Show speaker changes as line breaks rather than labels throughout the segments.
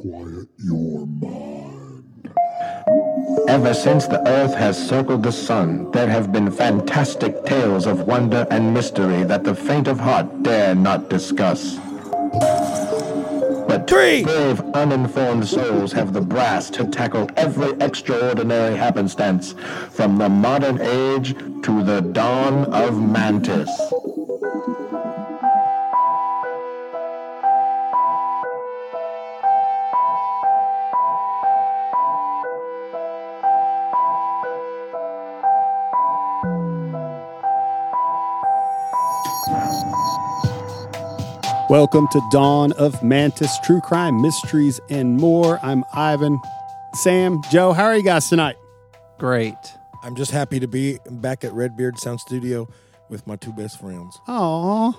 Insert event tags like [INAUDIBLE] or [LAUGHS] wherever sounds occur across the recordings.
quiet your mind.
Ever since the Earth has circled the sun, there have been fantastic tales of wonder and mystery that the faint of heart dare not discuss. But
Three.
brave, uninformed souls have the brass to tackle every extraordinary happenstance, from the modern age to the dawn of Mantis.
Welcome to Dawn of Mantis, True Crime, Mysteries, and More. I'm Ivan, Sam, Joe. How are you guys tonight?
Great.
I'm just happy to be back at Redbeard Sound Studio with my two best friends.
Aw.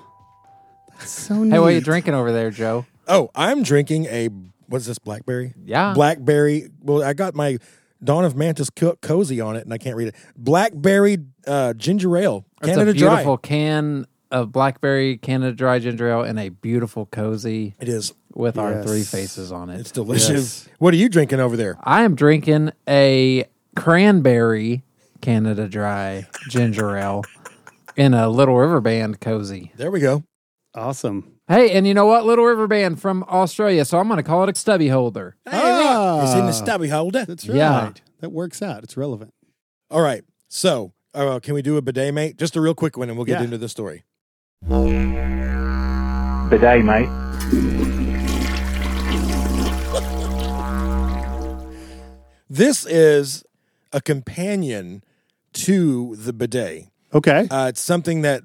That's so neat.
Hey, what are you drinking over there, Joe?
Oh, I'm drinking a what's this blackberry?
Yeah.
blackberry. Well, I got my Dawn of Mantis co- cozy on it, and I can't read it. Blackberry uh, ginger ale,
It's
Canada
a beautiful
Dry.
can of blackberry Canada Dry ginger ale and a beautiful cozy
It is.
with our
Yes.
three faces on it.
It's delicious. What are you drinking over there?
I am drinking a cranberry Canada Dry ginger ale in a Little River Band cozy.
There we go.
Awesome.
Hey, and you know what? Little River Band from Australia, so I'm going to call it a stubby holder.
Ah.
It's in the stubby holder.
That's right.
Yeah.
That works out. It's relevant.
All right. So, uh, can we do a bidet, mate? Just a real quick one, and we'll get
Yeah.
into the story.
bidet, mate.
This is a companion to the bidet.
Okay.
Uh, it's something that.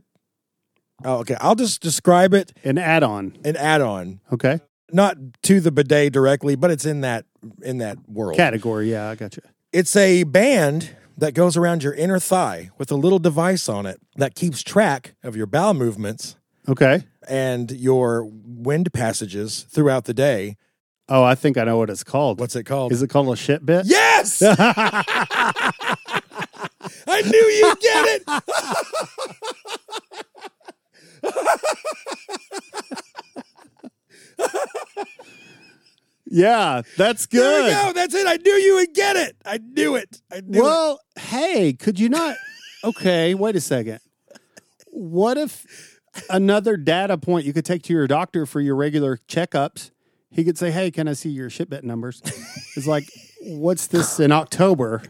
Oh, okay. I'll just describe it
An add on.
and add on.
Okay.
not to the bidet directly, but it's in that in that world.
Category. Yeah, I got you.
It's a band that goes around your inner thigh with a little device on it that keeps track of your bowel movements
Okay.
and your wind passages throughout the day.
Oh, I think I know what it's called.
What's it called?
Is it called a shit bit?
yes! [LAUGHS] I knew you'd get it.
Yeah, that's
There we
good.
go. That's it. I knew you would get it. I knew it. I knew it.
Well, hey, could you not? Okay, wait a second. What if another data point you could take to your doctor for your regular checkups? He could say, "Hey, can I see your shipment numbers?" It's like, "What's this in October?"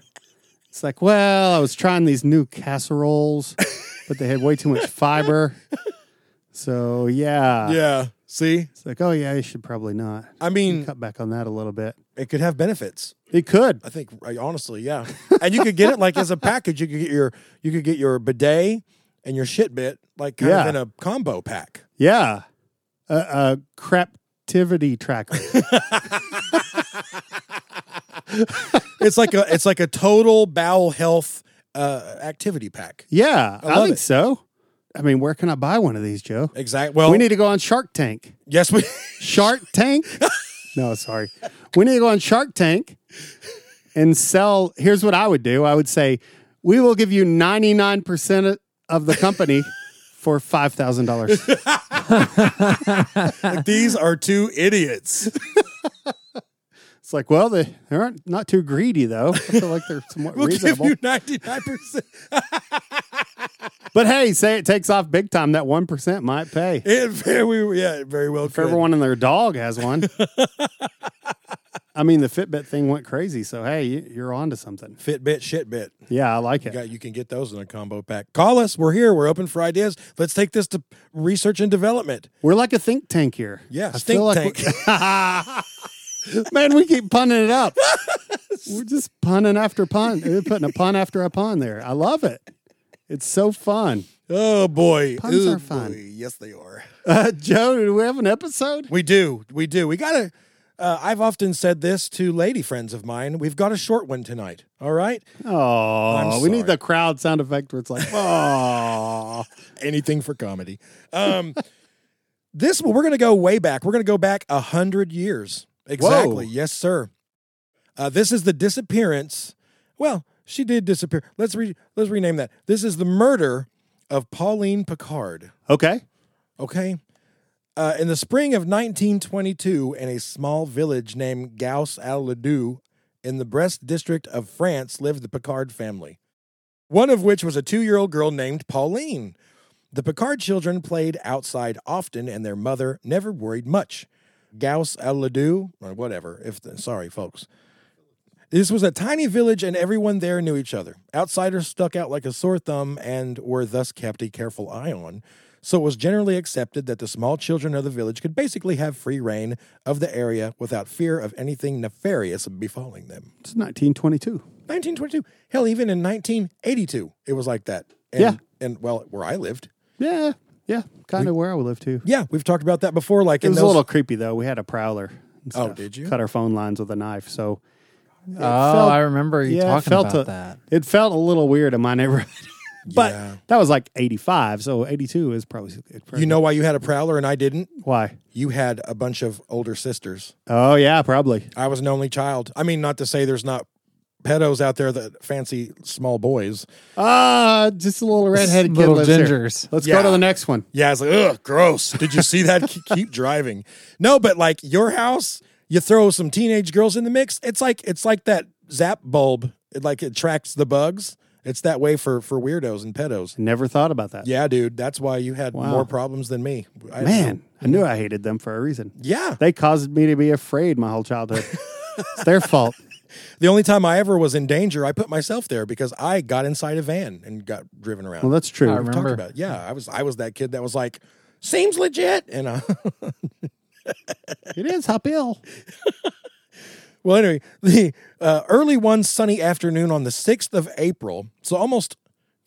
It's like, "Well, I was trying these new casseroles, but they had way too much fiber." So yeah,
Yeah. See?
it's like, "Oh yeah, you should probably not
I mean,
cut back on that a little bit."
it could have benefits.
It could.
I think I- honestly, yeah. And you could get it like as a package. You could get your you could get your bidet and your shit bit like kind of
Yeah.
in a combo pack.
Yeah. A uh, craptivity tracker.
It's like a it's like a total bowel health uh, activity pack.
Yeah,
I
I,
love
think
it.
so. I mean, where can I buy one of these, Joe?
Exactly. Well,
We need to go on Shark Tank.
yes, we [LAUGHS]
Shark Tank? no, sorry. We need to go on Shark Tank and sell. Here's what I would do I would say, we will give you 99% of the
[LAUGHS]
company for $5,000.
like, these are two idiots.
[LAUGHS] It's like, well, they, they aren't not too greedy, though. I feel like they're somewhat
[LAUGHS] We'll
reasonable.
give you ninety nine percent.
but hey, say it takes off big time. That 1% might pay.
It very we- yeah, it very well.
If
could.
everyone and their dog has
[LAUGHS]
one. I mean, the Fitbit thing went crazy. So, hey, you- you're on to something.
Fitbit, shit bit.
Yeah, I like
You,
it.
got, you can get those in a combo pack. Call us. We're here. We're open for ideas. Let's take this to research and development.
We're like a think tank here.
Yeah,
I
stink
feel like we- [LAUGHS] Man, we keep punning it up. We're just punning after pun, We're putting a pun after a pun there. I love it. It's so fun.
Oh boy.
Puns
Oh,
are fun.
boy. Yes, they are.
Uh, Joe, do we have an episode?
We do. We do. We got to. Uh, I've often said this to lady friends of mine. We've got a short one tonight. All right.
Oh, we need
sorry.
the crowd sound effect where it's like, oh.
Anything for comedy. Um, [LAUGHS] this one, we're going to go way back. We're going to go back a hundred years. Exactly. Yes, sir. Uh, this is the disappearance. Well, she did disappear. Let's re- let's rename that. This is the murder of Pauline Picard.
okay.
Okay. Uh, in the spring of 1922, in a small village named Gauss al Ledoux in the Brest district of France, lived the Picard family, one of which was a two year old girl named Pauline. The Picard children played outside often, and their mother never worried much. Gauss al Ledoux, or whatever, if sorry, folks. This was a tiny village, and everyone there knew each other. Outsiders stuck out like a sore thumb and were thus kept a careful eye on. So it was generally accepted that the small children of the village could basically have free reign of the area without fear of anything nefarious befalling them.
It's 1922.
1922, hell, even in 1982, it was like that. And,
Yeah.
And well, where I lived.
Yeah, yeah, kind of where I would live too.
Yeah, we've talked about that before. Like
It
in
was
those,
a little creepy though. We had a prowler. and
Oh,
stuff.
did you?
cut our phone lines with a knife? So
Oh, I remember you
yeah, it
talking
felt
about
a-
that.
it felt a little weird in my neighborhood. [LAUGHS] but
Yeah.
that was like 85, so 82 is probably, it's probably
You know why you had a prowler and I didn't?
why.
You had a bunch of older sisters.
Oh yeah, probably.
I was an only child. I mean, not to say there's not pedos out there that fancy small boys.
Ah, just a little redheaded kid
Little
lives here.
gingers.
Let's
Yeah.
go to the next one.
Yeah, it's like, ugh, gross. Did you see that? Keep- Keep driving. No, but like your house, you throw some teenage girls in the mix. It's like it's like that zap bulb. It like it tracks the bugs. It's that way for for weirdos and pedos.
Never thought about that.
Yeah, dude. That's why you had
Wow.
more problems than me. I-
Man, I knew I hated them for a reason.
Yeah.
They caused me to be afraid my whole childhood. it's their fault.
The only time I ever was in danger, I put myself there because I got inside a van and got driven around.
Well,
[LAUGHS]
that's true.
I
We've
remember.
talked about it. Yeah, I was I was that kid that was like, seems legit. And uh, [LAUGHS]
It is Hop Hill.
Well, anyway, the uh, early one sunny afternoon on the 6th of April, so almost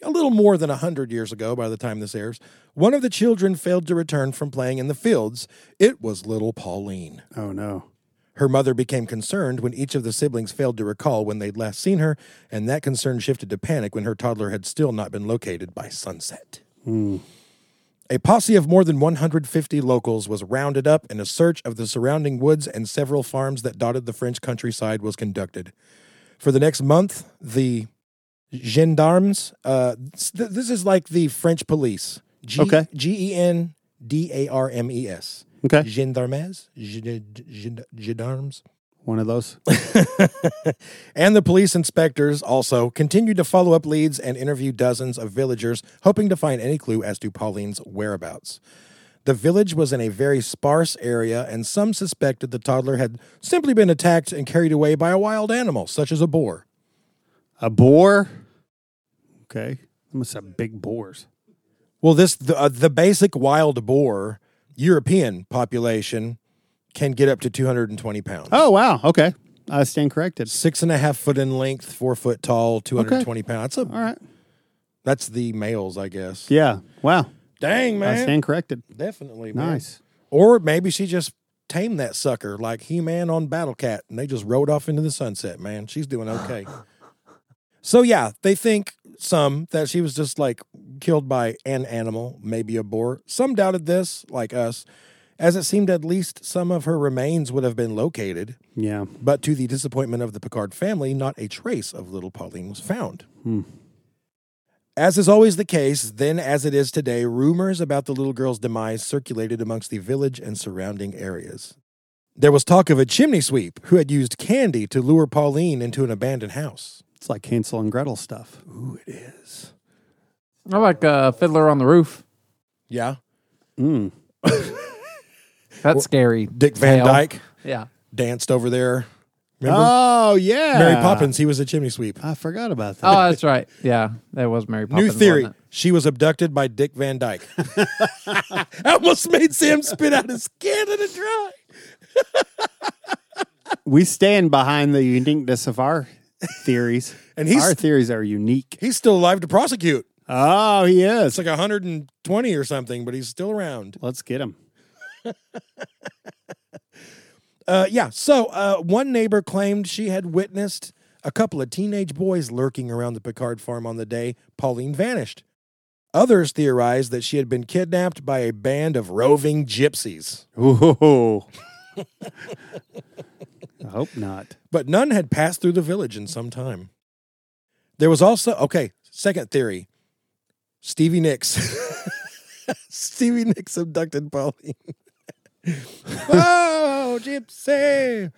a little more than 100 years ago by the time this airs, one of the children failed to return from playing in the fields. It was little Pauline.
Oh no.
Her mother became concerned when each of the siblings failed to recall when they'd last seen her, and that concern shifted to panic when her toddler had still not been located by sunset. A posse of more than 150 locals was rounded up, and a search of the surrounding woods and several farms that dotted the French countryside was conducted. For the next month, the gendarmes, uh, s- th- this is like the French police. G-
Okay.
G E N D A R M E S.
Okay.
Gendarmes, gen- gen- gendarmes,
One of those.
and the police inspectors also continued to follow up leads and interview dozens of villagers, hoping to find any clue as to Pauline's whereabouts. The village was in a very sparse area, and some suspected the toddler had simply been attacked and carried away by a wild animal, such as a boar.
A boar. Okay. They must have big boars.
Well, this the, uh, the basic wild boar European population can get up to 220 pounds.
Oh wow. Okay. I stand corrected.
Six and a half foot in length, four foot tall, 220 pounds. That's, a,
All right.
that's the males, I guess.
Yeah. Wow.
Dang,
I
man.
stand corrected.
Definitely, man.
Nice.
Or maybe she just tamed that sucker like He Man on Battle Cat and they just rode off into the sunset, man.
[SIGHS]
She's doing okay. so, yeah, they think some that she was just like killed by an animal, maybe a boar. Some doubted this, like us, as it seemed at least some of her remains would have been located.
Yeah.
But to the disappointment of the Picard family, not a trace of little Pauline was found.
Hmm.
As is always the case, then as it is today, rumors about the little girl's demise circulated amongst the village and surrounding areas. There was talk of a chimney sweep who had used candy to lure Pauline into an abandoned house.
It's like Hansel and Gretel stuff.
Ooh, it is.
I like uh, Fiddler on the Roof.
Yeah.
Mm.
That's scary.
Dick Van
tale.
Dyke
Yeah.
danced over there. Remember?
Oh yeah.
Mary Poppins, he was a chimney sweep.
I forgot about that. [LAUGHS]
Oh, that's right. Yeah, that was Mary Poppins.
New
wasn't
theory.
it?
She was abducted by Dick Van Dyke. [LAUGHS] I almost made Sam spit out his Canada dry.
we stand behind the uniqueness of our theories. [LAUGHS]
And he's-
our theories are unique.
He's still alive to prosecute.
Oh, he
It's
is.
like 120 or something, but he's still around.
Let's get him.
Uh, yeah. So uh, one neighbor claimed she had witnessed a couple of teenage boys lurking around the Picard farm on the day Pauline vanished. Others theorized that she had been kidnapped by a band of roving gypsies.
Ooh. [LAUGHS] I hope not.
but none had passed through the village in some time. There was also, okay, second theory [LAUGHS] Stevie Nicks. Stevie Nicks abducted Pauline. [LAUGHS] oh, gypsy.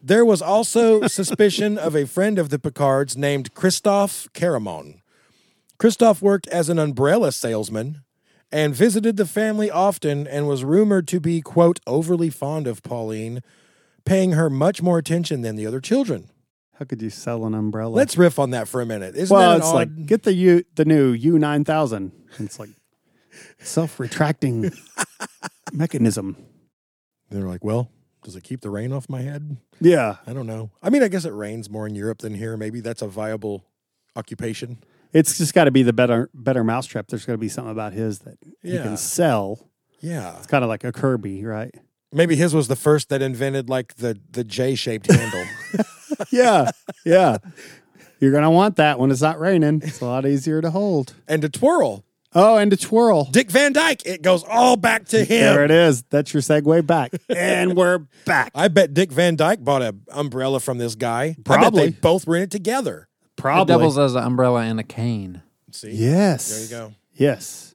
There was also suspicion of a friend of the Picards named Christophe Caramon. Christophe worked as an umbrella salesman and visited the family often and was rumored to be, quote, overly fond of Pauline, paying her much more attention than the other children.
How could you sell an umbrella?
Let's riff on that for a minute. Isn't that
well,
an
it's
odd-
like get the U, the new U nine thousand. It's
[LAUGHS]
like self retracting mechanism.
They're like, well, does it keep the rain off my head?
Yeah,
I don't know. I mean, I guess it rains more in Europe than here. Maybe that's a viable occupation.
it's just got to be the better better mousetrap. There's got to be something about his that you
Yeah.
can sell.
Yeah.
It's kind of like a Kirby,
[LAUGHS]
right?
Maybe his was the first that invented like the the J shaped
[LAUGHS]
handle.
yeah, yeah. You're gonna want that when it's not raining. It's a lot easier to hold.
and to twirl.
Oh, and to twirl.
Dick Van Dyke, it goes all back to
There
him.
it is. That's your segue
[LAUGHS]
back, and we're back.
I bet Dick Van Dyke bought an umbrella from this guy. I
Probably.
bet they both were in it together.
It
Probably.
doubles as an umbrella and a cane.
See?
Yes.
There you go.
Yes.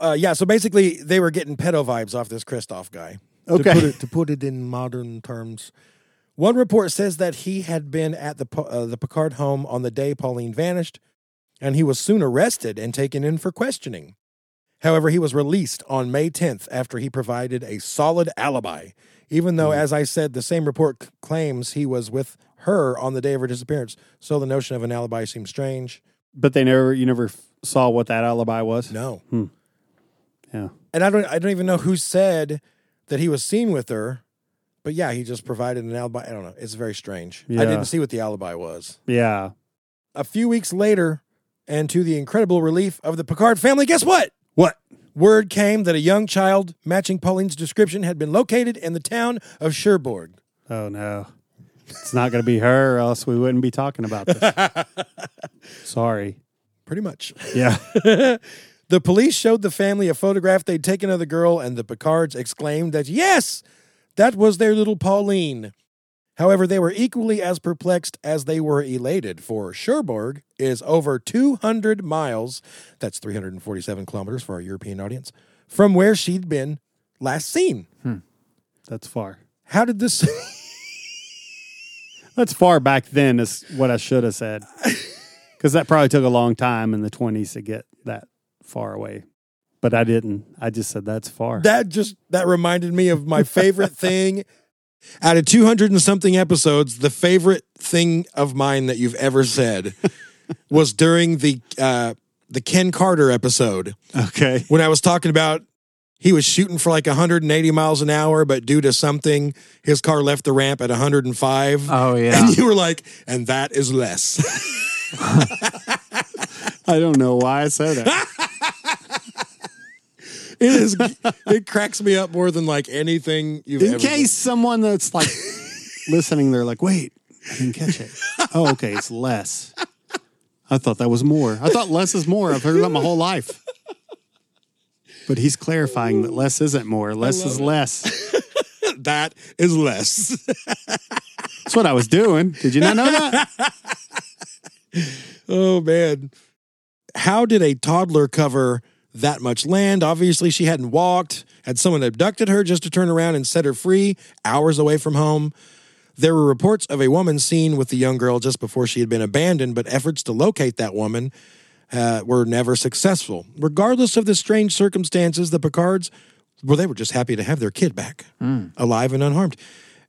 Uh, yeah, so basically they were getting pedo vibes off this Christoph guy.
Okay.
To put it, to put it in modern terms. One report says that he had been at the, Pa- uh, the Picard home on the day Pauline vanished, and he was soon arrested and taken in for questioning. However, he was released on May 10th after he provided a solid alibi, even though, as I said, the same report c- claims he was with her on the day of her disappearance. So the notion of an alibi seems strange.
But they never. You never f- saw what that alibi was.
No.
Hmm. Yeah.
and I don't I don't even know who said that he was seen with her, but yeah, he just provided an alibi. I don't know. It's very strange. I
Yeah.
didn't see what the alibi was.
Yeah.
A few weeks later, and to the incredible relief of the Picard family, guess what?
What?
Word came that a young child matching Pauline's description had been located in the town of Cherbourg.
Oh no. It's not going to be her, or else we wouldn't be talking about this. Sorry.
Pretty much.
Yeah.
the police showed the family a photograph they'd taken of the girl, and the Picards exclaimed that, yes, that was their little Pauline. However, they were equally as perplexed as they were elated, for Cherbourg is over 200 miles, that's 347 kilometers for our European audience, from where she'd been last seen.
That's far.
How did this. [LAUGHS]
That's far back then is what I should have said. Because that probably took a long time in the 20s to get that far away. But I didn't. I just said that's far.
that just that reminded me of my favorite thing out of 200 and something episodes the favorite thing of mine that you've ever said was during the uh the ken carter episode
[LAUGHS] okay.
when i was talking about he was shooting for like 180 miles an hour but due to something his car left the ramp at
[LAUGHS]
105
Oh yeah.
and you were like and that is less
I don't know why I said that.
it is it cracks me up more than like anything you've
in
ever
case someone that's [LAUGHS] like listening, they're like, wait, I didn't catch it. Oh, okay. It's less. I thought that was more. I thought less is more. I've heard that my whole life. But he's clarifying that less isn't more. Less is less.
that is less
That's what I was doing. Did you not know that? [LAUGHS]
Oh man. How did a toddler cover that much land? Obviously, she hadn't walked. Had someone abducted her just to turn around and set her free hours away from home? There were reports of a woman seen with the young girl just before she had been abandoned, but efforts to locate that woman uh, were never successful. Regardless of the strange circumstances, the Picards, well, they were just happy to have their kid back, alive and unharmed.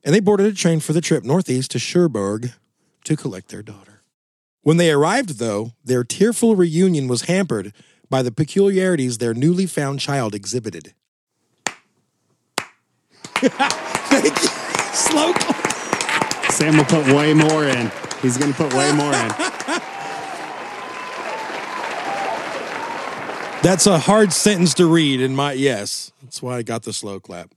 And they boarded a train for the trip northeast to Cherbourg to collect their daughter. When they arrived, though, their tearful reunion was hampered by the peculiarities their newly found child exhibited. [LAUGHS] Thank you. Slow clap.
Sam will put way more in. He's going to put way more in.
That's a hard sentence to read in my yes. That's why I got the slow clap.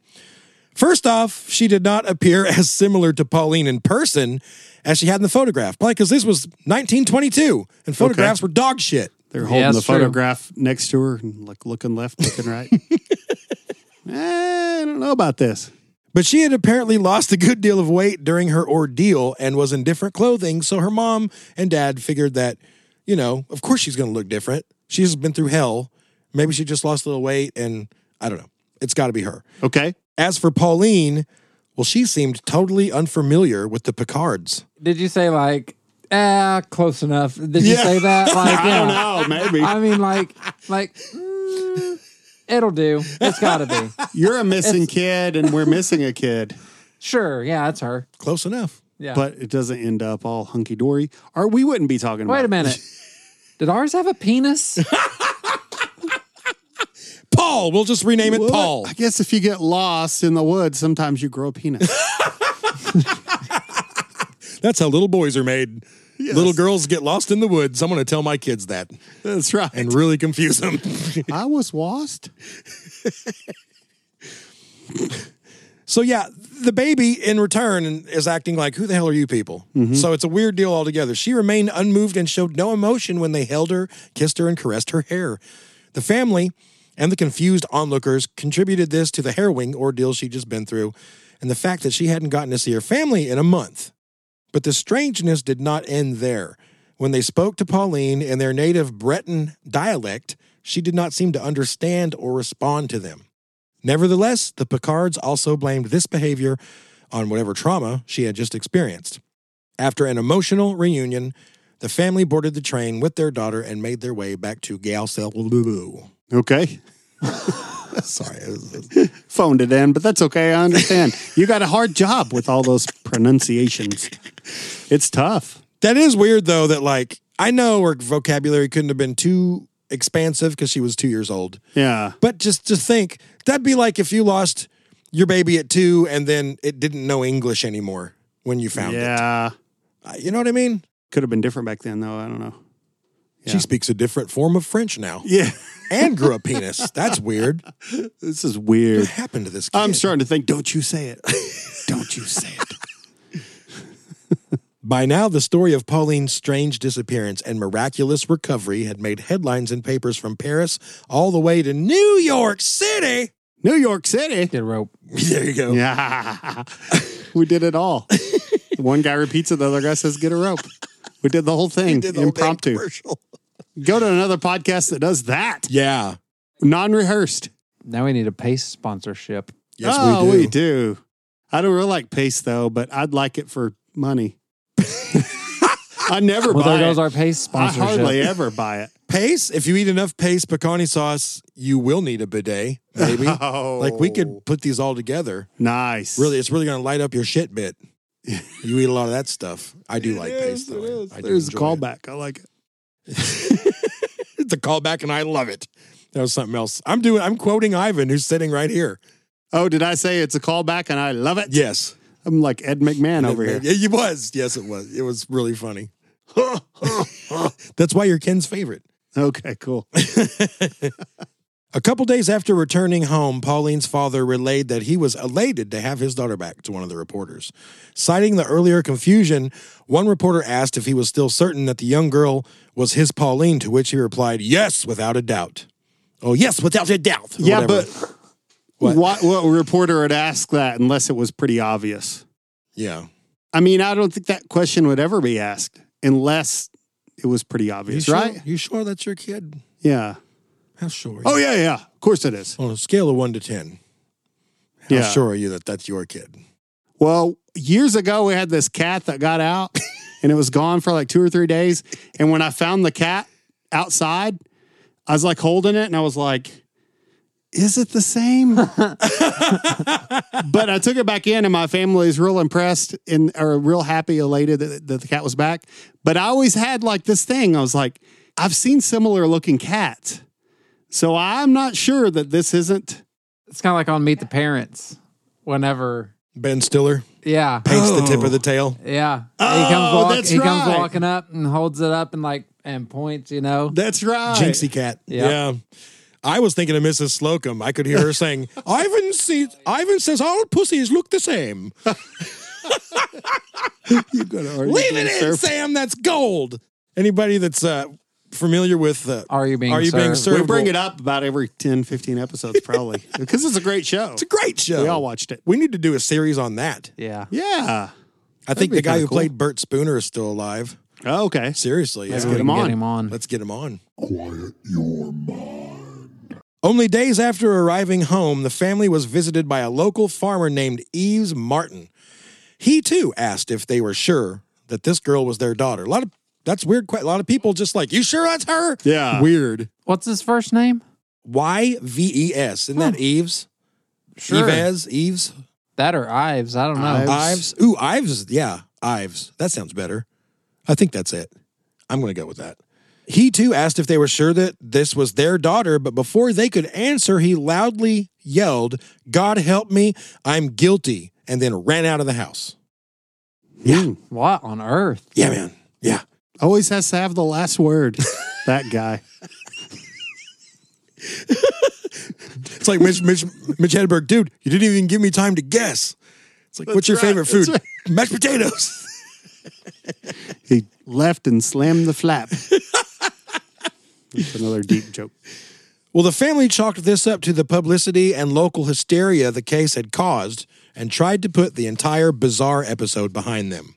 First off, she did not appear [LAUGHS] as similar to Pauline in person as she had in the photograph. Probably because this was 1922 and photographs were dog shit.
They're holding the
that's true.
photograph next to her and like looking left, looking [LAUGHS] right. Eh, I don't know about this.
But she had apparently lost a good deal of weight during her ordeal and was in different clothing. So her mom and dad figured that, you know, of course she's going to look different. She's been through hell. Maybe she just lost a little weight and I don't know. It's got to be her.
Okay.
As for Pauline, well, she seemed totally unfamiliar with the Picards.
Did you say like, ah, close enough? Did you
Yeah. [LAUGHS]
say that? Like,
I don't
yeah.
know. [LAUGHS] Maybe
I mean, like, like, mm, it'll do. It's got to be.
[LAUGHS] you're a missing kid, and we're missing a kid,
Sure. Yeah, it's her.
Close enough.
[LAUGHS] Yeah.
but it doesn't end up all hunky dory, or we wouldn't be talking. about
wait a
it. [LAUGHS]
minute. Did ours have a penis?
Paul. We'll just rename it
What?
Paul.
I guess if you get lost in the woods, sometimes you grow a
[LAUGHS]
penis.
That's how little boys are made. Little girls get lost in the woods. I'm going to tell my kids that
That's right.
and really confuse them.
I was lost.
so, yeah, the baby in return is acting like, who the hell are you people? So it's a weird deal altogether. She remained unmoved and showed no emotion when they held her, kissed her, and caressed her hair. The family and the confused onlookers contributed this to the harrowing ordeal she'd just been through and the fact that she hadn't gotten to see her family in a month. But the strangeness did not end there. When they spoke to Pauline in their native Breton dialect, she did not seem to understand or respond to them. Nevertheless, the Picards also blamed this behavior on whatever trauma she had just experienced. After an emotional reunion, the family boarded the train with their daughter and made their way back to Gaoselulu.
Okay.
[LAUGHS] Sorry, it was-
Phoned it in, but that's okay. I
[LAUGHS]
understand. you got a hard job with all those pronunciations. It's tough.
That is weird though. That like I know her vocabulary couldn't have been too expansive because she was two years old.
Yeah.
But just to think that'd be like if you lost your baby at two and then it didn't know English anymore when you found it.
Yeah.
Uh, You know what I mean?
Could have been different back then, though. I don't know.
She speaks a different form of French now
Yeah. [LAUGHS]
and grew a penis. That's weird.
This is
What
weird.
happened to this kid?
I'm starting to think, don't you say
[LAUGHS]
it. don't you say it.
By now, the story of Pauline's strange disappearance and miraculous recovery had made headlines in papers from Paris all the way to New York City.
[LAUGHS]
[LAUGHS]
New York City.
Get a rope.
There you go.
Yeah. [LAUGHS] we did it all. One guy repeats it, the other guy says, get a rope. We did the whole thing
Did the whole damn
impromptu.
commercial.
Go to another podcast that does that.
Yeah.
Non rehearsed.
Now we need a pace sponsorship.
Yes,
oh,
we do.
we do. I don't really like pace though, but I'd like it for money. I never
Well,
buy
there goes
it.
our pace
I
sponsorship.
hardly ever buy it.
[LAUGHS] Pace, if you eat enough pace pecani sauce, you will need a bidet, maybe.
[LAUGHS] Oh,
[LAUGHS] like we could put these all together.
nice.
Really, it's really going to light up your
[LAUGHS]
shit bit. you eat a lot of that stuff. I do like pace though. I do
There's a
enjoy it.
callback. I like it.
It's a callback, and I love it. That was something else. I'm doing. I'm quoting Ivan, who's sitting right here.
Oh, did I say it's a callback and I love it?
Yes,
I'm like Ed McMahon
[LAUGHS]
over here.
Yeah, he was. Yes, it was. It was
[LAUGHS]
really funny. That's why you're Ken's favorite.
Okay, cool.
A couple days after returning home, Pauline's father relayed that he was elated to have his daughter back to one of the reporters. Citing the earlier confusion, one reporter asked if he was still certain that the young girl was his Pauline, to which he replied, Yes, without a doubt. Oh, yes, without a doubt.
[LAUGHS]
or
yeah,
whatever.
but what?
What?
what reporter would ask that unless it was pretty obvious?
Yeah.
I mean, I don't think that question would ever be asked unless it was pretty obvious,
you
right?
Sure? You sure that's your kid?
Yeah.
How sure? Are you?
Oh yeah, yeah. Of course it is.
On a scale of one to 10, how
Yeah.
sure are you that that's your kid?
Well, years ago we had this cat that got out [LAUGHS] and it was gone for like two or three days. And when I found the cat outside, I was like holding it and I was like, is it the same? but I took it back in and my family is real impressed and are real happy, elated that, that the cat was back. But I always had like this thing. I was like, I've seen similar looking cats. So I'm not sure that this isn't
It's kind of like on Meet the Parents. Whenever,
Ben Stiller
yeah,
paints the tip of the tail.
yeah, he comes,
Oh,
walk,
that's
he comes
right.
walking up and holds it up and like and points. You know,
that's right.
Jinxie cat.
Yeah.
I was thinking of Mrs. Slocum. I could hear
[LAUGHS]
her saying, Ivan sees Ivan says all pussies look the same. Leave it in, Sam. That's gold. Anybody that's uh, familiar with uh,
Are You Being
Are You Being
Served?
Served?
We bring it up about every 10, 15 episodes,
[LAUGHS]
probably, because it's a great show.
It's a great show.
We all watched it.
We need to do a series on that.
yeah,
Yeah.
I think
be
the guy
kinda
who
cool.
played Bert Spooner is still alive.
Oh, okay.
Seriously.
Maybe
yeah.
we
get
can
him on.
Get him on.
Let's get him on.
Quiet your mind.
Only days after arriving home, the family was visited by a local farmer named Eves Martin. He too asked if they were sure that this girl was their daughter. A lot of that's weird. que- A lot of people just like, you sure that's her?
Yeah.
Weird.
What's his first name?
Y V E S. Isn't that Eves? Eves? Eves?
That or Ives? I don't know.
Ives.
Ives. Ooh, Ives. Yeah, Ives. That sounds better. I think that's it. I'm going to go with that. He too asked if they were sure that this was their daughter, but before they could answer, he loudly yelled, God help me, I'm guilty, and then ran out of the house. Yeah.
Hmm.
What on earth?
Yeah, man. Yeah.
Always has to have the last
[LAUGHS]
word. that guy.
It's like Mitch, Mitch, Mitch Hedberg, dude, you didn't even give me time to guess. It's like, what's your
right,
favorite
that's
food? [LAUGHS] Mashed potatoes.
He left and slammed the
[LAUGHS]
flap. That's another deep joke.
Well, the family chalked this up to the publicity and local hysteria the case had caused and tried to put the entire bizarre episode behind them.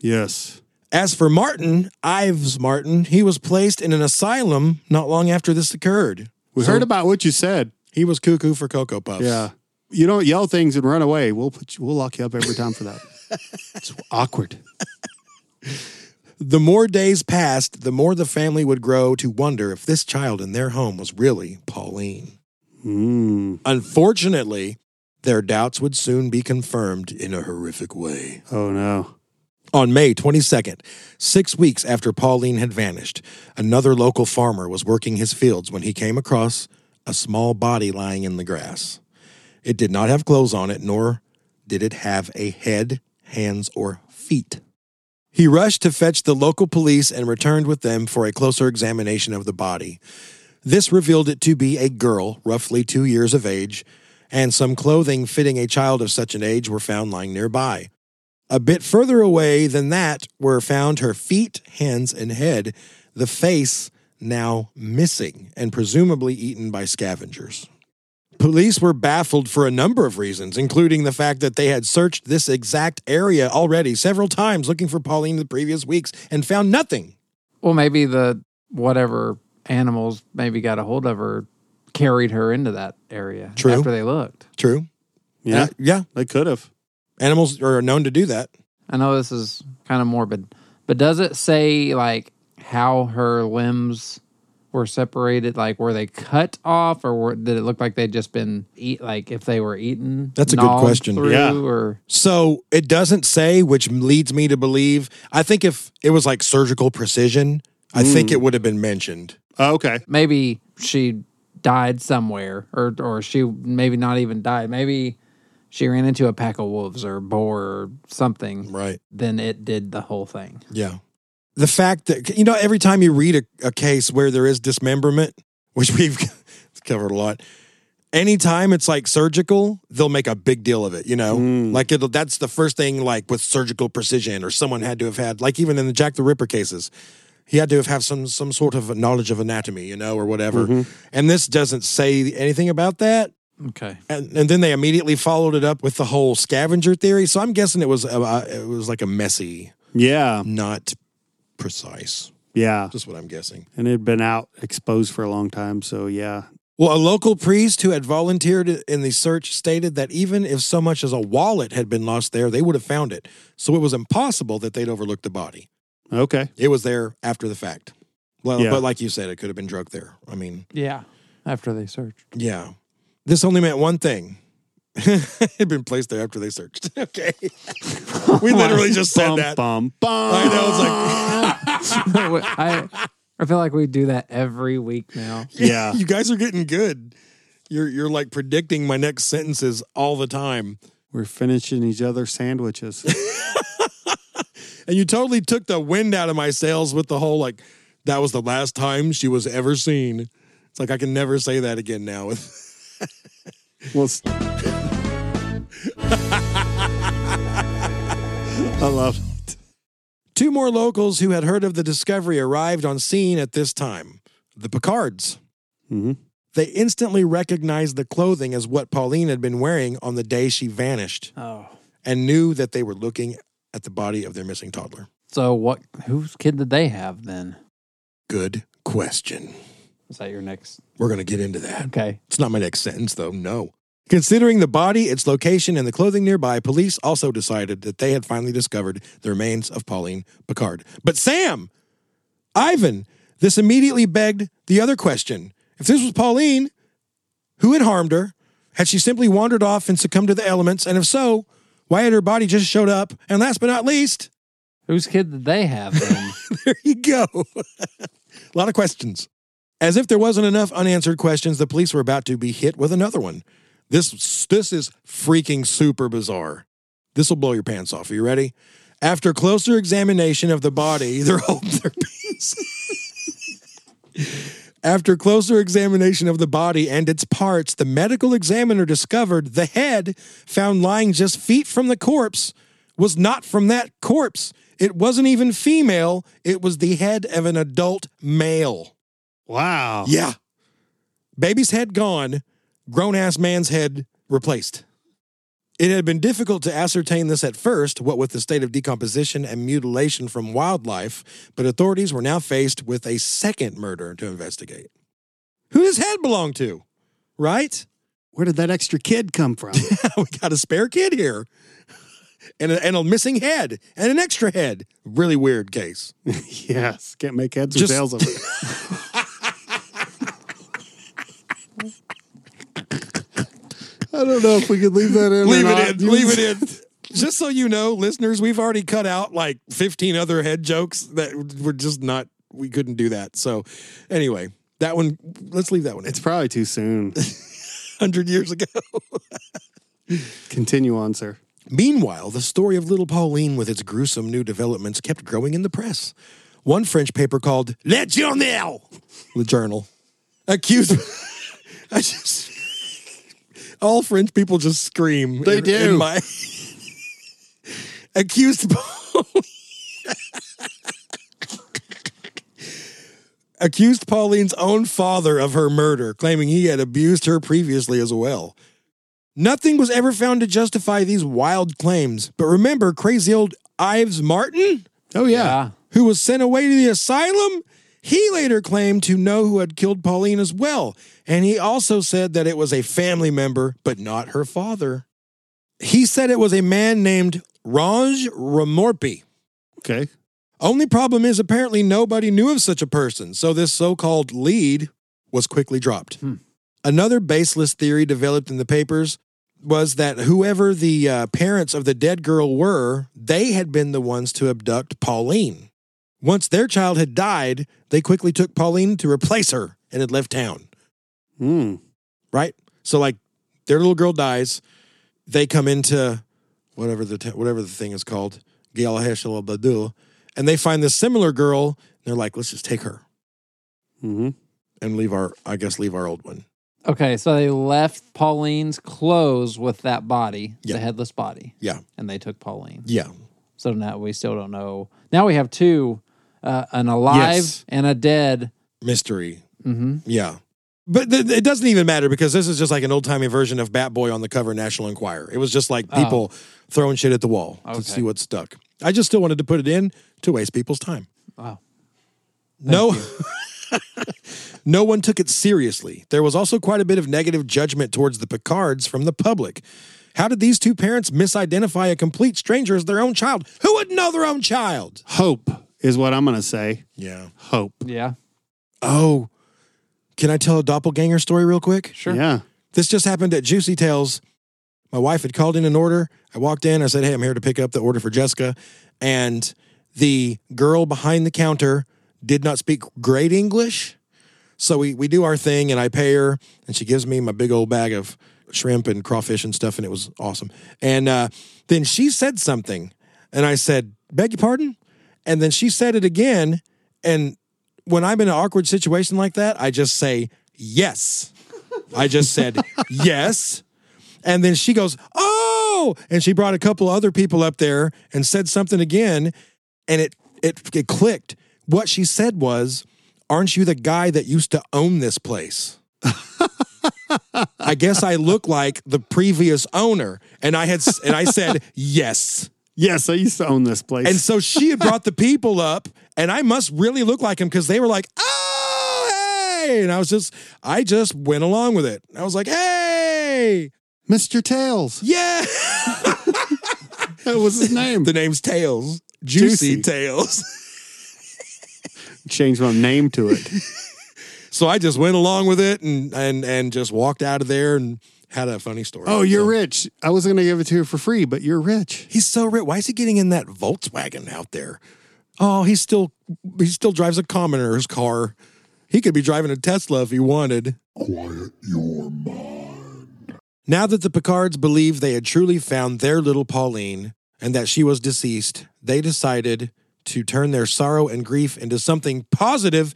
Yes.
As for Martin, Ives Martin, he was placed in an asylum not long after this occurred.
We heard about what you said.
He was cuckoo for Cocoa Puffs.
Yeah. You don't yell things and run away. We'll put you, we'll lock you up every time for that.
[LAUGHS]
it's awkward.
The more days passed, the more the family would grow to wonder if this child in their home was really Pauline.
Mm.
Unfortunately, their doubts would soon be confirmed in a horrific way.
Oh no.
On May 22nd, six weeks after Pauline had vanished, another local farmer was working his fields when he came across a small body lying in the grass. It did not have clothes on it, nor did it have a head, hands, or feet. He rushed to fetch the local police and returned with them for a closer examination of the body. This revealed it to be a girl, roughly two years of age, and some clothing fitting a child of such an age were found lying nearby. A bit further away than that were found her feet, hands, and head, the face now missing and presumably eaten by scavengers. Police were baffled for a number of reasons, including the fact that they had searched this exact area already several times looking for Pauline the previous weeks and found nothing.
Well, maybe the whatever animals maybe got a hold of her, carried her into that area
True.
after they looked.
True. Uh,
Yeah.
yeah.
They could have.
Animals are known to do that.
I know this is kind of morbid, but does it say like how her limbs were separated? Like were they cut off, or were, did it look like they'd just been eat? Like if they were eaten?
That's a good
gnawed
question.
through,
Yeah.
Or
So it doesn't say, which leads me to believe. I think if it was like surgical precision, I think it would have been mentioned.
Oh, okay.
maybe she died somewhere, or or she maybe not even died. Maybe she ran into a pack of wolves or boar or something.
Right.
Then it did the whole thing.
Yeah. The fact that, you know, every time you read a, a case where there is dismemberment, [LAUGHS] which we've covered a lot, anytime it's like surgical, they'll make a big deal of it, you know?
Mm.
Like, it'll, that's the first thing, like with surgical precision, or someone had to have had, like, even in the Jack the Ripper cases, he had to have, have some, some sort of knowledge of anatomy, you know, or whatever. And this doesn't say anything about that.
Okay.
And, and then they immediately followed it up with the whole scavenger theory. So I'm guessing it was a, a- it was like a messy,
Yeah.
not precise.
Yeah.
Just what I'm guessing.
And it'd been out exposed for a long time. So yeah.
Well, a local priest who had volunteered in the search stated that even if so much as a wallet had been lost there, they would have found it. So it was impossible that they'd overlooked the body.
Okay.
It was there after the fact. Well,
Yeah.
but like you said, it could have been drugged there. I mean,
Yeah. After they [LAUGHS] searched.
yeah. This only meant one thing. [LAUGHS] it had been placed there after they searched. [LAUGHS]
[LAUGHS]
okay. we literally just said
bum,
that.
Bum, [LAUGHS] bum.
I know. It's like,
I, I feel like we do that every week now.
Yeah.
you guys are getting good. You're you're like predicting my next sentences all the time.
We're finishing each other [LAUGHS] sandwiches.
And you totally took the wind out of my sails with the whole like that was the last time she was ever seen. It's like I can never say that again now. [LAUGHS]
well, s- I love it.
Two more locals who had heard of the discovery arrived on scene at this time. The Picards.
Mhm.
They instantly recognized the clothing as what Pauline had been wearing on the day she vanished
Oh.
and knew that they were looking at the body of their missing toddler.
So what whose kid did they have then?
Good question.
Is that your next?
We're going to get into that.
Okay.
It's not my next sentence, though. No. Considering the body, its location, and the clothing nearby, police also decided that they had finally discovered the remains of Pauline Picard. But Sam, Ivan, this immediately begged the other question. If this was Pauline, who had harmed her? Had she simply wandered off and succumbed to the elements? And if so, why had her body just showed up? And last but not least,
Whose kid did they have then?
[LAUGHS] there you go. [LAUGHS] a lot of questions. As if there wasn't enough unanswered questions, the police were about to be hit with another one. This this is freaking super bizarre. This will blow your pants off. Are you ready? After closer examination of the body, [LAUGHS] their whole their piece. After closer examination of the body and its parts, the medical examiner discovered the head found lying just feet from the corpse was not from that corpse. It wasn't even female, it was the head of an adult male.
Wow.
Yeah. Baby's head gone, grown ass man's head replaced. It had been difficult to ascertain this at first, what with the state of decomposition and mutilation from wildlife, but authorities were now faced with a second murder to investigate. Who does head belong to? Right? [LAUGHS]
Where did that extra kid come [LAUGHS] from?
we got a spare kid here. And a, and a missing head and an extra head. Really weird case.
yes. Can't make heads
Just-
or tails of it. [LAUGHS] I don't know if we could leave that in.
leave it in. Leave it in. [LAUGHS] Just so you know, listeners, we've already cut out like 15 other head jokes that were just not, we couldn't do that. So, anyway, that one, let's leave that one. It's
It's probably too [LAUGHS] soon.
100 years ago. [LAUGHS]
Continue on, sir.
Meanwhile, the story of little Pauline with its gruesome new developments kept growing in the press. One French paper called Le Journal, the journal, accused. [LAUGHS] I just. All French people just scream.
They
in-
do.
in my- [LAUGHS] accused [LAUGHS] Pauline. accused Pauline's own father of her murder, claiming he had abused her previously as well. Nothing was ever found to justify these wild claims. But remember, crazy old Ives Martin,
Oh
Yeah.
who was sent away to the asylum, he later claimed to know who had killed Pauline as well. And he also said that it was a family member, but not her father. He said it was a man named Raj Ramorpi.
Okay.
Only problem is apparently nobody knew of such a person, so this so called lead was quickly dropped.
Hmm.
Another baseless theory developed in the papers was that whoever the uh, parents of the dead girl were, they had been the ones to abduct Pauline. Once their child had died, they quickly took Pauline to replace her and had left town
Hmm.
right? So like their little girl dies, they come into whatever the t- whatever the thing is called, Gail Heshel Badu, and they find this similar girl. And they're like, let's just take her
hmm
and leave our, I guess, leave our old one.
Okay, so they left Pauline's clothes with that body,
Yeah.
the headless body,
Yeah,
and they took Pauline.
yeah,
So now we still don't know. Now we have two, uh, an alive
Yes.
and a dead.
mystery.
hmm
Yeah, but th- th- it doesn't even matter because this is just like an old timey version of Bat Boy on the cover of National Enquirer. It was just like
Oh.
people throwing shit at the wall
Okay.
to see what stuck. I just still wanted to put it in to waste people's time.
Wow.
No. [LAUGHS] no one took it seriously. There was also quite a bit of negative judgment towards the Picards from the public. How did these two parents misidentify a complete stranger as their own child? Who would know their own child?
Hope is what I'm going to say.
Yeah.
Hope.
Yeah.
Oh, can I tell a doppelganger story real quick?
Sure.
Yeah.
This just happened at Juicy Tales. My wife had called in an order. I walked in. I said, Hey, I'm here to pick up the order for Jessica. And the girl behind the counter did not speak great English. So we, we do our thing and I pay her and she gives me my big old bag of shrimp and crawfish and stuff. And it was awesome. And uh, then she said something and I said, Beg your pardon? And then she said it again. And when I'm in an awkward situation like that, I just say, Yes. I just said yes. And then she goes, Oh, and she brought a couple other people up there and said something again. And it, it, it clicked. What she said was, Aren't you the guy that used to own this place? I guess I look like the previous owner. And I had, s- and I said, Yes.
Yes, I used to own this place.
And so she had brought the people up, and I must really look like him because they were like, "Oh, hey, and I was just, I just went along with it. I was like, hey,
Mr. Tails.
yeah.
That was his [LAUGHS] name.
the name's Tails, Juicy,
Juicy.
Tails. [LAUGHS]
Changed my name to it.
So I just went along with it and and and just walked out of there and had a funny story.
[LAUGHS] Oh, you're
So-
rich. I was going to give it to you for free, but you're rich.
He's so rich. Why is he getting in that Volkswagen out there? Oh, he's still he still drives a commoner's car. He could be driving a Tesla if he wanted.
Quiet your mind.
Now that the Picards believed they had truly found their little Pauline and that she was deceased, they decided to turn their sorrow and grief into something positive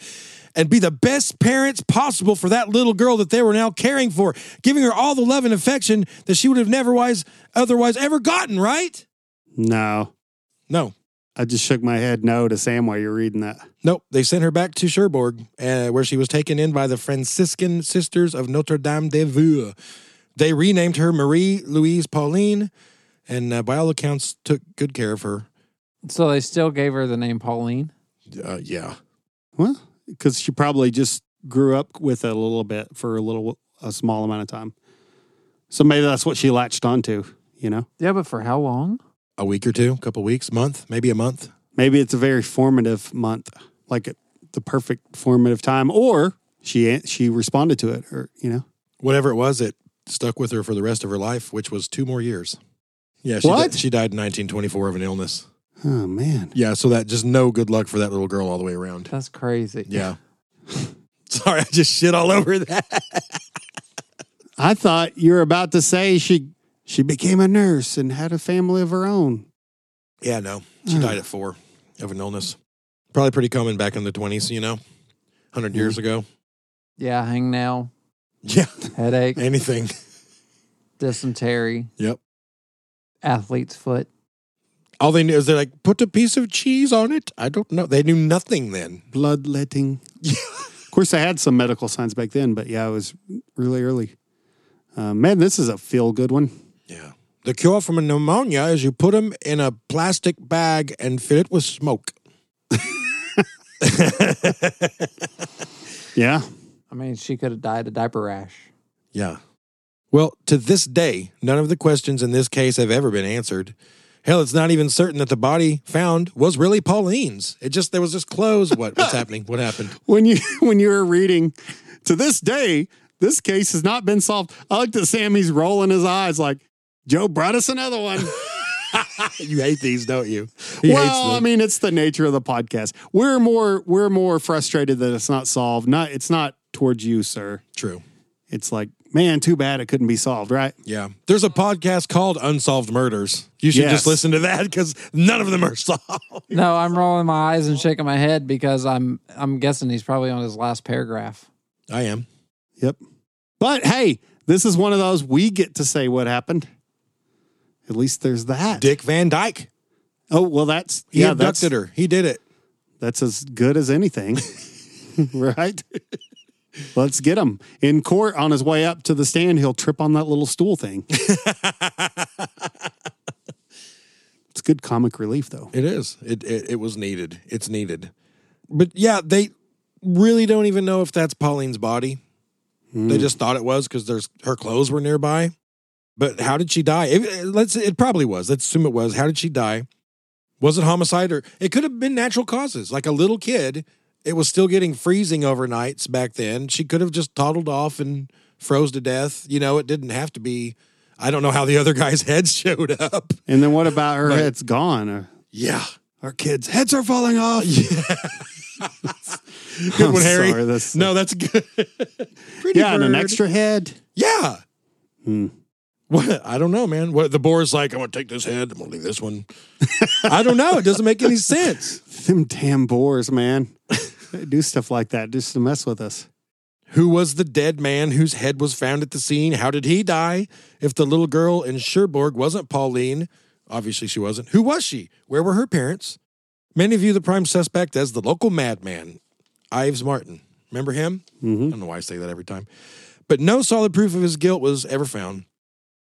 and be the best parents possible for that little girl that they were now caring for, giving her all the love and affection that she would have never wise, otherwise ever gotten, right?
No,
No.
I just shook my head no to Sam while you're reading that.
Nope, they sent her back to Cherbourg, uh, where she was taken in by the Franciscan Sisters of Notre Dame de Vaux. They renamed her Marie Louise Pauline, and uh, by all accounts, took good care of her.
So they still gave her the name Pauline.
Uh, yeah,
Well, because she probably just grew up with it a little bit for a little, a small amount of time. So maybe that's what she latched onto, you know?
Yeah, but for how long?
a week or two, a couple weeks, month, maybe a month.
Maybe it's a very formative month, like it- the perfect formative time, or she she responded to it, or, you know?
Whatever it was, it stuck with her for the rest of her life, which was two more years. Yeah, she, di-
What?
she died in 1924 of an illness.
Oh, man.
Yeah, so that just no good luck for that little girl all the way around.
That's crazy.
Yeah. [LAUGHS] Sorry, I just shit all over that.
I thought you were about to say she she became a nurse and had a family of her own.
Yeah, no. She
Hmm.
died at four of an illness. Probably pretty common back in the 20s, you know, 100 years ago.
Yeah, hangnail,
Hmm. Yeah, [LAUGHS]
headache,
anything.
dysentery,
Yep.
athlete's foot.
All they knew is they're like, put a piece of cheese on it. I don't know. They knew nothing then.
Bloodletting. of course, I had some medical signs back then, but yeah, it was really early. Uh, man, this is a feel good one.
Yeah. The cure from a pneumonia is you put them in a plastic bag and fill it with smoke.
Yeah.
I mean, she could have died of diaper rash.
Yeah. Well, to this day, none of the questions in this case have ever been answered. Hell, it's not even certain that the body found was really Pauline's. It just there was just clothes. What [LAUGHS] what's happening? What happened?
When you [LAUGHS] when you were reading, to this day, this case has not been solved. I like that Sammy's rolling his eyes like Joe brought us another one.
You hate these, don't you? He hates
well,
them.
I mean, it's the nature of the podcast. We're more we're more frustrated that it's not solved. Not it's not towards you, sir.
True.
It's like, man, too bad it couldn't be solved, right?
Yeah. There's a podcast called Unsolved Murders. You should
Yes.
just listen to that because none of them are [LAUGHS] solved.
No, I'm rolling my eyes and shaking my head because I'm I'm guessing he's probably on his last paragraph.
I am.
Yep. But hey, this is one of those we get to say what happened. At least there's that.
Dick Van Dyke.
Oh well, that's
He
yeah, that's
abducted her. He did it.
that's as good as [LAUGHS] anything, right? Let's get him in court on his way up to the stand. He'll trip on that little stool thing. [LAUGHS] it's good comic relief, though.
It is. It, it it was needed. It's needed. But yeah, they really don't even know if that's Pauline's body. They just thought it was because there's her clothes were nearby. But how did she die? It- it- let's. It probably was. Let's assume it was. How did she die? Was it homicide or it could have been natural causes? Like a little kid, it was still getting freezing overnights back then. She could have just toddled off and froze to death. You know, it didn't have to be. I don't know how the other guy's [LAUGHS] head showed up.
And then what about her
But-
head's gone? Or,
Yeah.
our kids' heads are falling off. [LAUGHS]
good
I'm
one, Harry.
sorry, that's-
no,
[LAUGHS]
that's good. Pretty
yeah, and an
bird.
extra head.
Yeah.
Hmm.
What? I don't know, man. What the boar's like? I'm gonna take this head. I'm gonna leave this one. I don't know. It doesn't make any sense.
Them damn boars, [LAUGHS] man. they do stuff like that just to mess with us.
Who was the dead man whose head was found at the scene? How did he die? If the little girl in Cherbourg wasn't Pauline, obviously she wasn't. Who was she? Where were her parents? Many view the prime suspect as the local madman, Ives Martin. Remember him?
hmm
I don't know why I say that every time. But no solid proof of his guilt was ever found.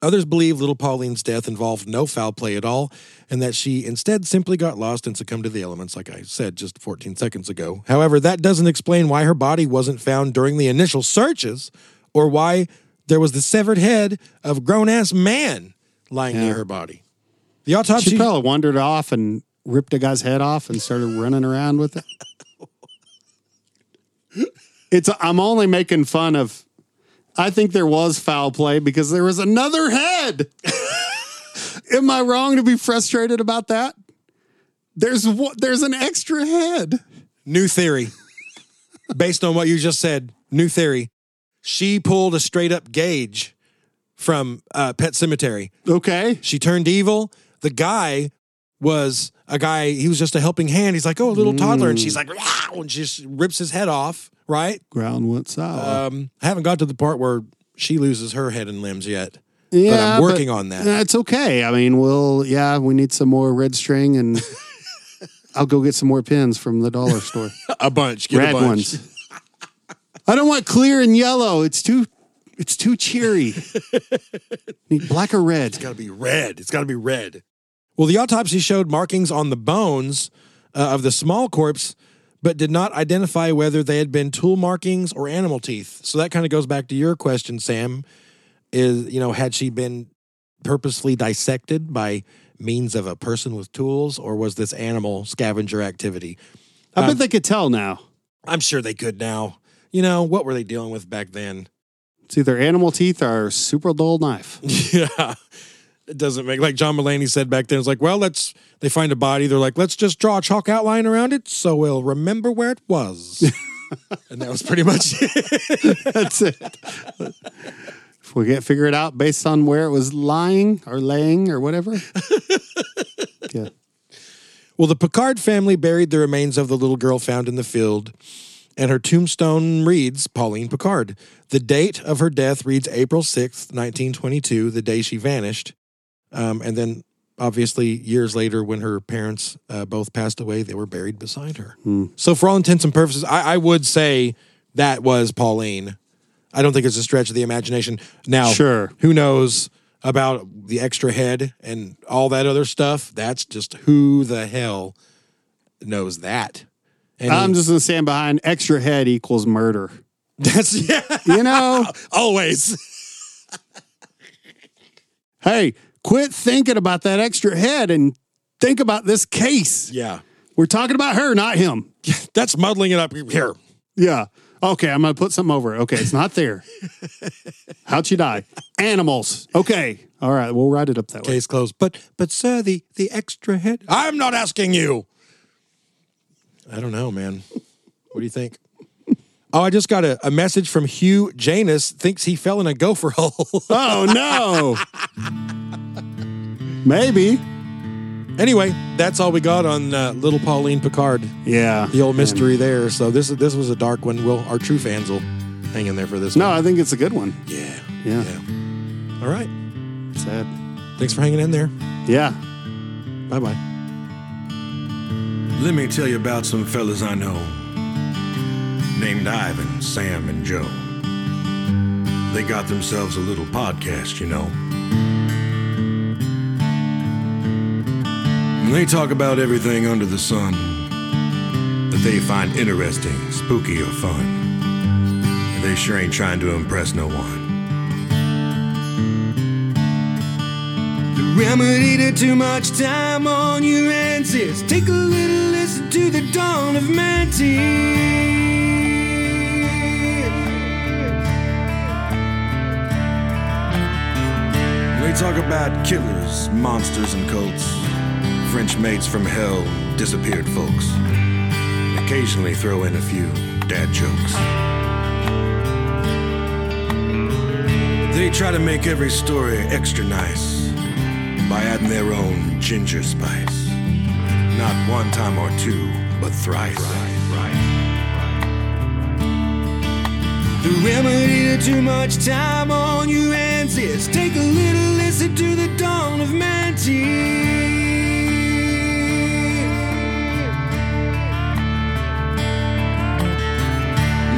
Others believe little Pauline's death involved no foul play at all and that she instead simply got lost and succumbed to the elements, like I said just 14 seconds ago. However, that doesn't explain why her body wasn't found during the initial searches or why there was the severed head of a grown ass man lying near her body. The autopsy.
She probably wandered off and ripped a guy's head off and started running around with it. It's I'm only making fun of I think there was foul play because there was another head. [LAUGHS] Am I wrong to be frustrated about that? There's one- there's an extra head.
New theory. Based on what you just said, new theory. She pulled a straight up gauge from uh, Pet Cemetery.
Okay.
She turned evil. The guy was a guy, he was just a helping hand. He's like, oh, a little toddler. And she's like, wow, and she just rips his head off, right?
Ground went sour.
Um, I haven't got to the part where she loses her head and limbs yet. but
yeah,
I'm working on that.
That's okay. I mean, we'll yeah, we need some more red string and [LAUGHS] I'll go get some more pins from the dollar store.
A bunch. Get a
red
bunch.
ones. I don't want clear and yellow. It's too it's too cheery. Need black or red.
got to be red. It's got to be red. Well, the autopsy showed markings on the bones uh, of the small corpse, but did not identify whether they had been tool markings or animal teeth. So that kind of goes back to your question, Sam. Is you know had she been purposely dissected by means of a person with tools, or was this animal scavenger activity?
I
Um,
bet they could tell now.
I'm sure they could now. You know what were they dealing with back then?
It's either animal teeth or super dull
[LAUGHS]
knife.
Yeah. It doesn't make like John Mulaney said back then. It's like, well, let's they find a body. They're like, let's just draw a chalk outline around it so we'll remember where it was. and that was pretty much [LAUGHS] it.
That's it. if we get figure it out based on where it was lying or laying or
[LAUGHS]
whatever. yeah.
well, the Picard family buried the remains of the little girl found in the field, and her tombstone reads Pauline Picard. The date of her death reads April 6th, 1922, the day she vanished. Um, and then obviously years later when her parents uh, both passed away they were buried beside her
Hmm.
so for all intents and purposes I, I would say that was pauline i don't think it's a stretch of the imagination now
Sure.
who knows about the extra head and all that other stuff that's just who the hell knows that and
I'm just gonna stand behind extra head equals murder.
[LAUGHS] that's yeah
You
[LAUGHS]
know?
always
hey, quit thinking about that extra head and think about this case.
yeah
We're talking about her, not him.
that's muddling it up here
Yeah. Okay, I'm gonna put something over it. Okay, it's not there. How'd she die? Animals. Okay. All right, we'll write it up that way.
case closed. But but sir, the the extra head. I'm not asking you. I don't know, man. What do you think? [LAUGHS] Oh, I just got a, a message from Hugh Janus. Thinks he fell in a gopher [LAUGHS] hole.
Oh no. Maybe.
anyway, that's all we got on uh, Little Pauline Picard.
Yeah.
The old mystery there. So this is this was a dark one. Will our true fans will hang in there for this?
No,
one.
I think it's a good one.
Yeah.
Yeah.
Yeah. All right.
Sad.
Thanks for hanging in there.
Yeah.
Bye bye.
Let me tell you about some fellas I know named Ivan, Sam, and Joe. They got themselves a little podcast, you know. And they talk about everything under the sun that they find interesting, spooky, or fun. And they sure ain't trying to impress no one. The remedy to too much time on your hands is take a little listen to the dawn of Manti. We talk about killers, monsters, and cults, French mates from hell, disappeared folks. Occasionally throw in a few dad jokes. They try to make every story extra nice by adding their own ginger spice. Not one time or two, but thrice. The remedy to too much time on your hands is take a little listen to the dawn of Manti.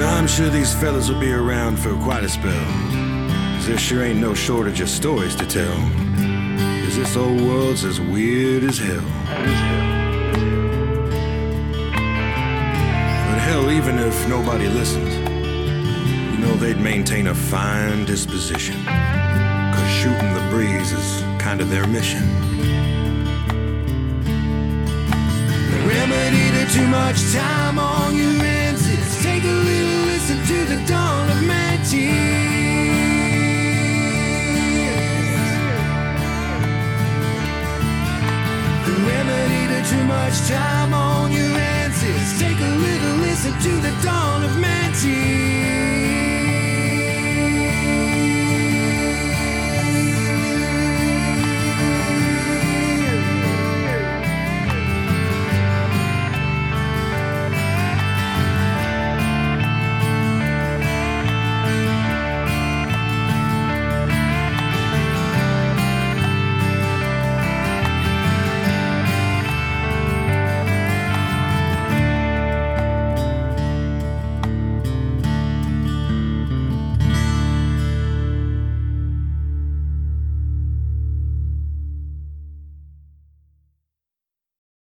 Now I'm sure these fellas will be around for quite a spell. 'cause
'Cause there sure ain't no shortage of stories to tell. 'Cause this old world's as weird as hell. But hell, even if nobody listened, you know they'd maintain a fine disposition. 'Cause shooting the breeze is kind of their mission. The remedy to too much time on your hands is take a little listen to the dawn of my tears. The remedy to too much time on your hands is take a little listen to the dawn of my tears.